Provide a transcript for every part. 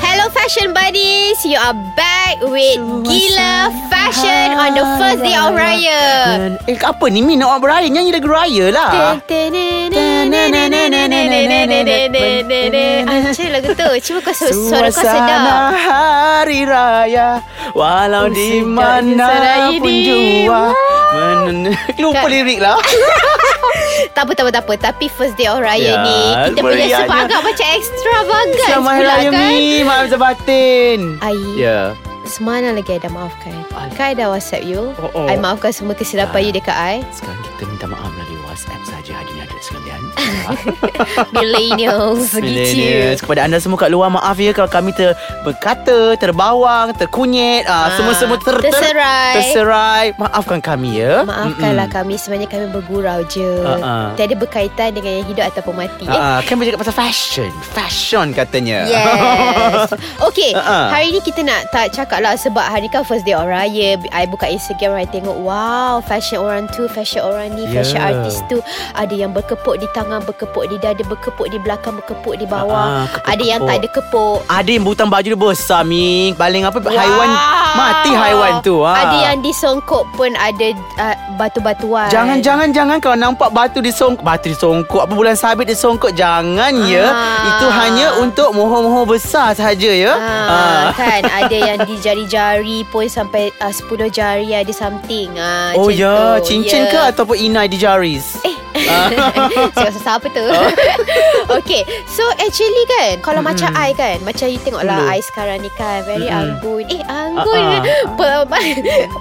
Hello fashion buddies, you are back with Gila Fashion on the first day of Raya. Ah. Eh apa ni Min nak orang beraya Nyanyi lagu raya lah Macam lagu tu Cuma kau su- suara kau sedap hari raya Walau Oh, di sedapnya mana seraya pun di- jua menen- Lupa Kak- lirik lah Tak apa, tak apa, tak apa Tapi first day of Raya Ya, ni Kita punya meriahnya. sebab agak macam extravagant Selamat Hari pula, Raya kan? Min Maaf sebatin Ai, Ya semalam lagi I dah maafkan Kai dah whatsapp you Oh, Ah. oh. I maafkan semua kesilapan you dekat I Sekarang kita minta maaf melalui WhatsApp saja hadirin hadirat sekalian. Millennials Gitu Millennials kepada anda semua kat luar maaf ya kalau kami ter berkata, terbawang, terkunyit, Ah, ah, semua-semua ter, ter- terserai. Terserai. Maafkan kami ya. Maafkanlah kami Sebenarnya kami bergurau je Ha-ha. Tiada berkaitan dengan yang hidup ataupun mati eh? Ah, kan bercakap pasal fashion. Fashion katanya. Yes Okay Ha-ha. Hari ni kita nak tak cakap lah Sebab hari ni kan first day orang raya I buka Instagram I tengok Wow Fashion orang tu Fashion orang ni Yeah. Fashion artis tu Ada yang berkepuk di tangan Berkepuk di dada Berkepuk di belakang Berkepuk di bawah Ha-ha, kepuk- Ada yang tak ada kepuk Ada yang butang baju dia besar Ming Paling apa Haiwan Mati haiwan tu ah. Ada yang disongkok pun Ada uh, batu-batuan Jangan jangan jangan kalau nampak batu disongkok batu disongkok apa bulan sabit disongkok jangan ya. Ah. Itu hanya untuk mohon-mohon besar sahaja ya. Ah, Ah. kan ada yang di jari-jari pun sampai uh, 10 jari ada something. Ah, Oh macam ya, tu. cincin Ya. ke ataupun inai di jaris? Eh. Saya rasa apa tu Okay So actually kan Kalau mm-hmm. macam I kan Macam you tengok lah Hmm. Dulu. I sekarang ni kan Very Mm-mm. anggun Eh anggun Ah, ah, uh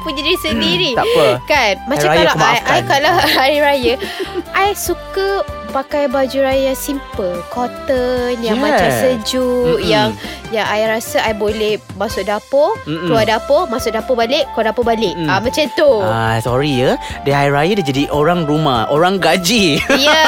Punya diri sendiri tak apa. Kan Macam Hari raya kalau I, I kemaafkan. Kalau hari raya I suka Pakai baju raya yang simple Cotton Yang Yes. macam sejuk Mm-mm. Yang Yang I rasa I boleh Masuk dapur Mm-mm. Keluar dapur Masuk dapur balik Keluar dapur balik Mm. ah, Macam tu Ah, sorry ya. Di hari raya dia jadi orang rumah, orang gaji. Ya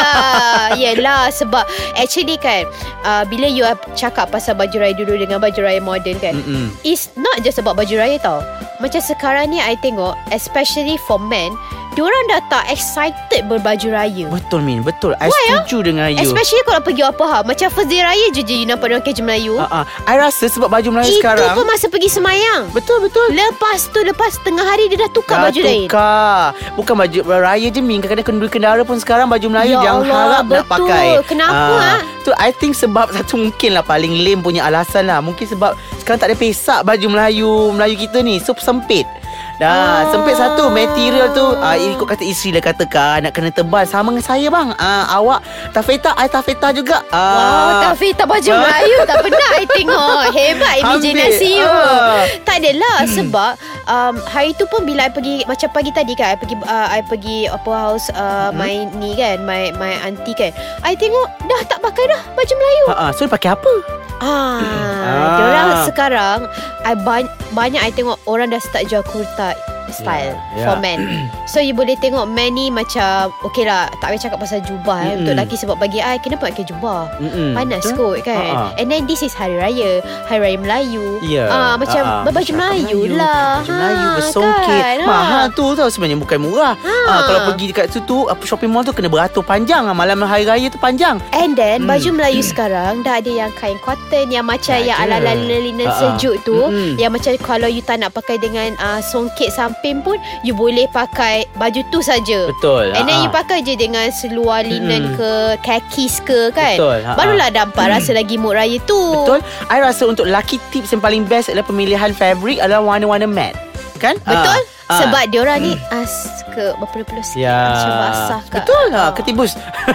Yelah Sebab Actually kan uh, Bila you are cakap Pasal baju raya dulu Dengan baju raya modern kan mm. Mm-mm. It's not just about baju raya tau Macam sekarang ni I tengok Especially for men Diorang dah tak excited Berbaju raya Betul Min, betul. I setuju dengan you. ya? Especially kalau pergi apa ha Macam first day raya je je You nampak diorang keju Melayu Ah, ah. I rasa sebab baju Itu Melayu sekarang pun masa pergi semayang Betul betul Lepas tu Lepas tengah hari Dia dah tukar Dah baju lain tukar. Bukan baju raya je Min Kadang-kadang kenduri kendara pun sekarang Baju Melayu Ya Jangan Allah, harap nak betul. pakai Kenapa, ah? Tu I think sebab Satu mungkin lah Paling lame punya alasan lah Mungkin sebab Sekarang tak ada pesak Baju Melayu Melayu kita ni So sempit Dah Ah. Sempit satu Material tu ah, Ikut kata isteri dah katakan Nak kena tebal Sama dengan saya bang ah, Awak Tafeta I tafeta juga ah, Wow, tak fit tak baju Ah. Melayu tak pernah I tengok. Hebat imaginasi you. Ah. Tak adalah sebab um, hari tu pun bila I pergi macam pagi tadi kan I pergi uh, I pergi apa house uh, my ni kan my my auntie kan. I tengok dah tak pakai dah baju Melayu. ah, ah. So dia pakai apa Ah, Ah. orang sekarang I ban- banyak I tengok orang dah start jual kurta style yeah, Ya, for ya. men. So you boleh tengok men ni macam okay lah tak payah cakap pasal jubah mm. eh, untuk Mm-mm. lelaki sebab bagi I kenapa nak pakai jubah? Mm-mm. Panas Hmm. kot Betul? kan Ha, ha. And then this is Hari Raya Hari Raya Melayu Ya. Ah, Macam Ah, ah. berbaju Masyarakat Melayu lah Baju Melayu bersongkit kan? kan, Ah. Mahal tu tau sebenarnya bukan murah. Ha. kalau pergi dekat situ apa shopping mall tu kena beratur panjang. ah. Malam hari raya tu panjang. And then Hmm. Baju Melayu sekarang Dah ada yang kain cotton Yang macam Dah yang ada. ala-ala linen Ah, ah. sejuk tu Mm-mm. Yang macam kalau you tak nak pakai dengan uh, Songkit samping pun You boleh pakai baju tu saja. Betul. And then ah, you ah. pakai je dengan seluar linen Mm-mm. ke Khakis ke kan Betul, ha, Barulah dampak rasa lagi mood raya tu Betul. I rasa untuk laki tips yang paling best adalah pemilihan fabric adalah warna-warna matte. Kan? Betul? Ah, ah. Sebab diorang ni as ke berpeluh-peluh sikit Ya. macam basah kat. Betul lah. Ketibus.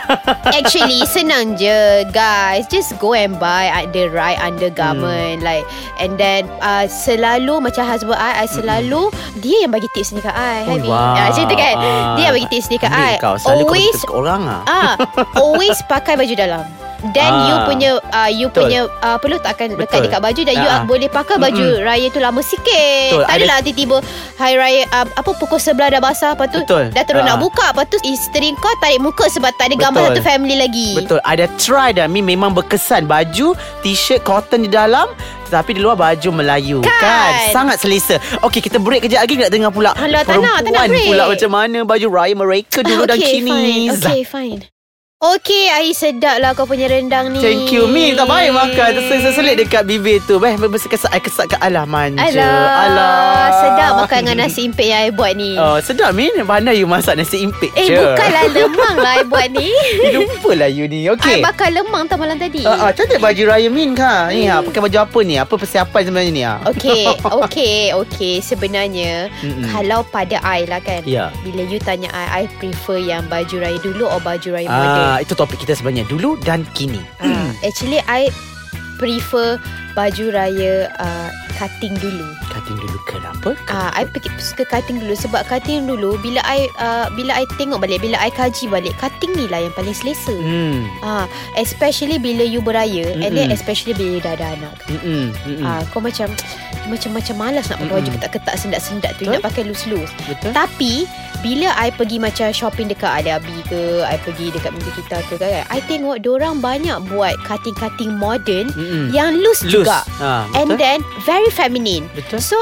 Actually senang je guys. Just go and buy uh, the right undergarment hmm. like and then uh, selalu macam husband I, I selalu dia yang bagi tips ni kat I. Hmm. Oh, Habi. wow. Ah, macam tu kan. Dia yang bagi tips ni kat I. Ambil kau. Selalu kau Always kau orang ah. ah always pakai baju dalam. Then Ah. you punya uh, You Betul. punya uh, Apa lu takkan Betul. lekat dekat baju Dan you Ah. boleh pakai baju Mm-mm. Raya tu lama sikit Betul, Tak ada- adalah tiba-tiba Hari Raya uh, Apa pukul sebelah dah basah Lepas tu Betul. Dah terus Ah. nak buka Lepas tu isteri kau tarik muka Sebab tak ada gambar Betul. satu family lagi Betul Ada try dan Mi memang berkesan Baju T-shirt cotton di dalam Tetapi di luar baju Melayu Kan? Sangat selesa Okey kita break kejap lagi Nak dengar pula Alah, tak nak, Perempuan tak nak break. pula macam mana Baju raya mereka dulu dan Okay, kini fine. Zah. Okay fine Okay air sedap lah kau punya rendang ni Thank you Mi tak baik makan Terselit-selit dekat bibir tu Beh Bersesat kesat kat alah manja Alah, Alah Sedap makan dengan nasi impit yang I buat ni Oh, sedap Min Pandai you masak nasi impik Eh je bukanlah lemang lah I buat ni You lupalah you ni okay. I Okay bakar lemang tau malam tadi Ah, ah, cantik baju raya Min ka. Ni ha, pakai baju apa ni? Apa persiapan sebenarnya ni ha? Okay Okay Okay Sebenarnya Mm-mm. Mm-mm. Kalau pada I lah kan Ya. Bila you tanya I I prefer yang baju raya dulu Or baju raya modern Ah, itu topik kita sebenarnya dulu dan kini. Hmm. Ah, Actually I prefer Baju raya uh, Cutting dulu Katin dulu lah kenapa? Ah, I pergi, suka cutting dulu sebab cutting dulu bila I uh, bila I tengok balik bila I kaji balik cutting ni lah yang paling selesa. Mm. Ah, Hmm. especially bila you beraya mm and then Mm-mm. especially bila you dah ada anak. Mm-mm. Mm. Mm-mm. Ah, kau macam macam-macam malas nak pakai Mm-mm. baju ketat-ketat sendat-sendat tu Hmm. Betul. nak pakai loose-loose. Betul? Tapi bila I pergi macam shopping dekat Ali Abi ke, I pergi dekat Minggu Kita ke kan, I tengok orang banyak buat cutting-cutting modern Mm-mm. yang loose, Hmm. Loose. Ya, juga. Ah, betul? And then very feminine. betul? So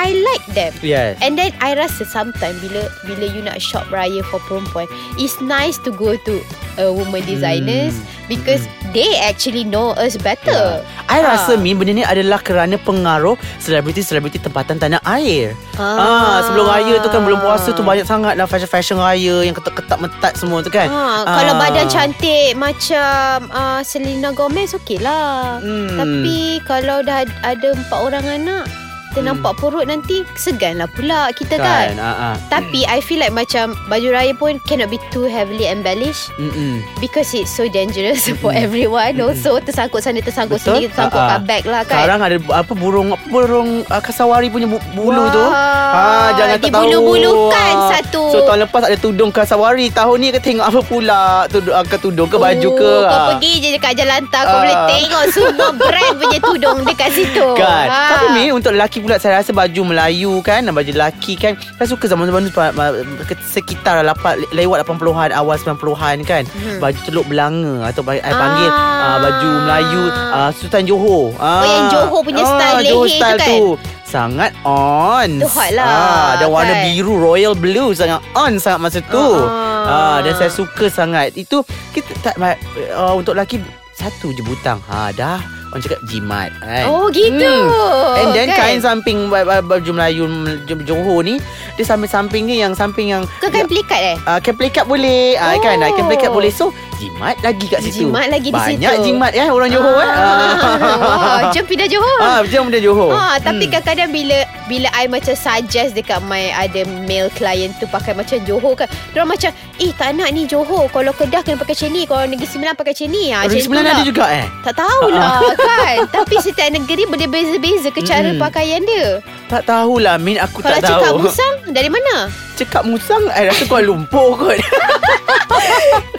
I like them. Yes. And then I rasa sometimes bila bila you nak shop raya for perempuan, it's nice to go to a woman designers Hmm. because they actually know us better. I Ah. rasa Min benda ni adalah kerana pengaruh selebriti-selebriti tempatan tanah air. Ah, sebelum raya tu kan belum puasa tu banyak sangat lah fashion-fashion raya yang ketat-ketat metat semua tu kan. Ah, Ah. kalau badan cantik macam ah, Selena Gomez okey lah. Hmm. Tapi kalau dah ad- ada empat orang anak, kita Hmm. nampak perut nanti segan lah pula kita kan. kan. Ah, ah. Tapi I feel like macam baju raya pun cannot be too heavily embellished. Mm-mm. Because it's so dangerous for Mm-mm. everyone Also tersangkut sana Tersangkut Hmm. Betul. sini Tersangkut Ah, ah. kat bag lah kan Sekarang ada bu- apa burung apa burung uh, kasawari punya bu- bulu Wah, tu. Ha jangan tak tahu. Dibulu-bulukan Ah. satu So tahun lepas ada tudung kasawari, tahun ni ke tengok apa pula? Tudung ke tudung ke baju ke? Oh, Kau Ah. pergi je dekat Jalan Tan Kau Ah. boleh tengok Semua brand punya tudung Dekat situ Kan Ha. Tapi Min Untuk lelaki pula Saya rasa baju Melayu kan dan Baju lelaki kan Saya suka zaman-zaman tu pa- ma- ke- Sekitar lapan, Lewat 80-an Awal 90-an kan Mhm. Baju teluk belanga Atau ba- I panggil Ah. Oh, ah. Baju Melayu ah, Sultan Johor ah. yang Johor punya style Johor leher tu style kan? tu Sangat on Tu hot lah, Dan warna kan? biru Royal blue Sangat on sangat masa tu Ah. ah. Dan saya suka sangat Itu kita tak uh, Untuk lelaki Satu je butang ha, Dah Orang cakap jimat kan? Oh gitu Hmm. And then kan? kain samping ba- ba- baju Melayu J- Johor ni Dia samping-samping ni yang samping yang Kau kan pelikat eh Uh, can play card boleh uh, Oh. Kan uh, Can play card boleh So jimat lagi kat situ Jimat lagi di Banyak situ. Ah. Banyak jimat ya Orang Johor eh Wah, Jom pindah Johor Ah, macam benda Johor. Ha, tapi hmm. kadang-kadang bila bila I macam suggest dekat my ada male client tu pakai macam Johor kan. Dia macam, "Eh, tak nak ni Johor. Kalau Kedah kena pakai macam ni, kalau Negeri Sembilan pakai macam ni." Ha, Negeri macam Sembilan tu ada lah. juga eh Tak tahulah kan. tapi setiap negeri berbeza-beza ke cara Mm-mm. pakaian dia. Tak tahulah Min aku kalau Hmm. tak tahu cakap musang dari mana? Cekak musang I rasa Kuala Lumpur kot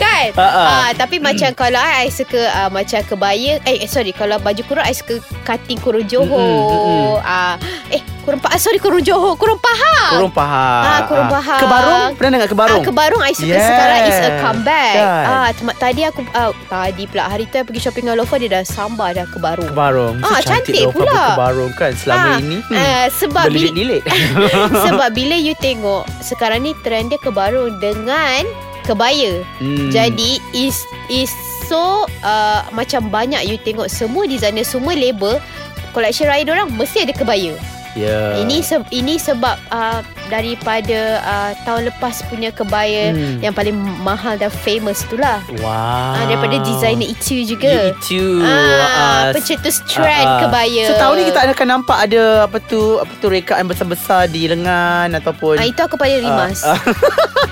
Kan? Ha, ha. Ah, tapi macam kalau I, I suka ah, macam kebaya, eh eh, sorry, kalau baju kurung I suka cutting kurung Johor. Mm-mm, Ah, eh kurung pa- ah, sorry kurung Johor, kurung Pahang. Kurung Pahang Ah, Kurung Pahang. Kebarung Pernah dengar Kebarung? Ah, kebarung I suka Yes. yes. sekarang is a comeback. Kan. Ah, tem- tadi aku ah, tadi pula hari tu I pergi shopping dengan Lofa dia dah sambar dah kebarung. Kebarung Mesti Ah, cantik Lofa pula. Kebarung kan Selama Ah, ini hmm, Ah, sebab bila, Berlilit-lilit sebab bila you tengok sekarang ni trend dia kebarung dengan kebaya. Hmm. Jadi is is so uh, macam banyak you tengok semua designer semua label collection raya orang mesti ada kebaya. yeah. Ini se- ini sebab uh, daripada uh, tahun lepas punya kebaya Hmm. yang paling mahal dan famous tu lah. wow. Ah, daripada designer itu juga. Itu Ah, pencetus trend ah, ah. kebaya. So tahun ni kita akan nampak ada apa tu apa tu rekaan besar-besar di lengan ataupun Ah, itu aku paling rimas. Ah,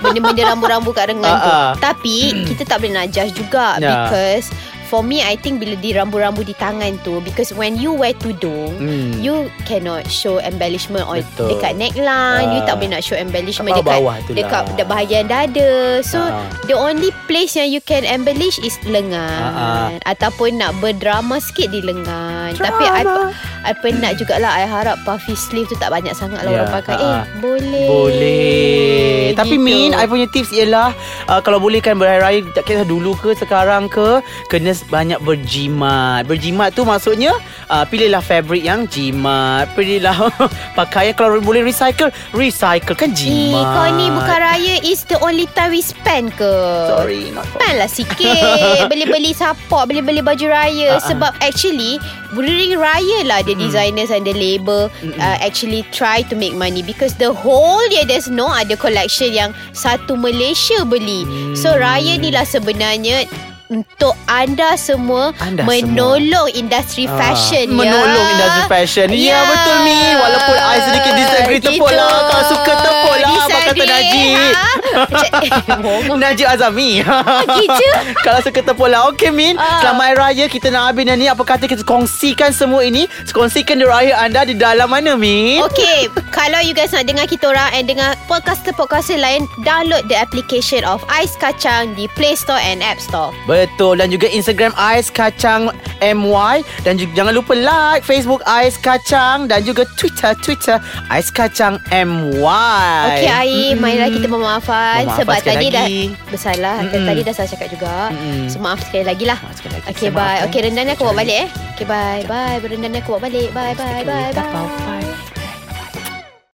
Benda-benda rambu-rambu kat rengan Ah, ah. tu. Tapi kita tak boleh nak judge juga Ya. because For me I think bila di rambu-rambu di tangan tu because when you wear tudung Hmm. you cannot show embellishment on Betul. dekat neckline you Ah. tak boleh nak show embellishment Kat dekat bawah tu lah. dekat da- bahagian dada so Ah. the only place yang you can embellish is lengan Ah, ataupun nak berdrama sikit di lengan tapi I pe- I penat jugalah I harap puffy sleeve tu tak banyak sangat lah Ya, orang pakai ah, eh ah. boleh Boleh Tapi Gitu. Min I punya tips ialah uh, Kalau boleh kan berhari-hari Tak kisah dulu ke Sekarang ke Kena banyak berjimat Berjimat tu maksudnya uh, Pilihlah fabric yang jimat Pilihlah Pakaian Kalau boleh recycle Recycle kan Eh, jimat kau ni bukan raya is the only time we spend ke? Sorry not for Spend lah sikit. Beli-beli sapok, beli-beli baju raya. Ah, Hmm. ah. Sebab actually, during raya lah the designers and the label uh, actually try to make money. Because the whole year there's no other collection yang satu Malaysia beli. So, Hmm. raya ni lah sebenarnya untuk anda semua Anda menolong industri Ah, fashion ya. Menolong industri fashion Ya yeah, Ya. betul ni Walaupun I sedikit disagree Gitu. Tepuk lah Kau suka tepuk lah Apa kata Disagree, Najib ha? Macam- Najib Azami Ah, Gitu. Kalau suka tepuk lah Okay Min Ah. Selamat Hari Raya Kita nak habis ni Apa kata kita kongsikan semua ini Kongsikan di raya anda Di dalam mana Min Okay lah. Kalau you guys nak dengar kita orang And dengar podcaster-podcaster lain Download the application of Ais Kacang Di Play Store and App Store Betul Dan juga Instagram Ais Kacang MY Dan juga jangan lupa like Facebook Ais Kacang Dan juga Twitter Twitter Ais Kacang MY Okay Ai mm. Marilah kita memaafkan Memaafkan Sebab sekali tadi dah lagi. Bersalah mm. Mm-mm. Tadi dah salah cakap juga Mm-mm. So maaf sekali lagi lah Maaf sekali lagi. Okay Saya bye maafkan. Okay rendang ni aku bawa balik eh Okay bye Bye Rendang ni aku bawa balik Bye bye bye bye Bye bye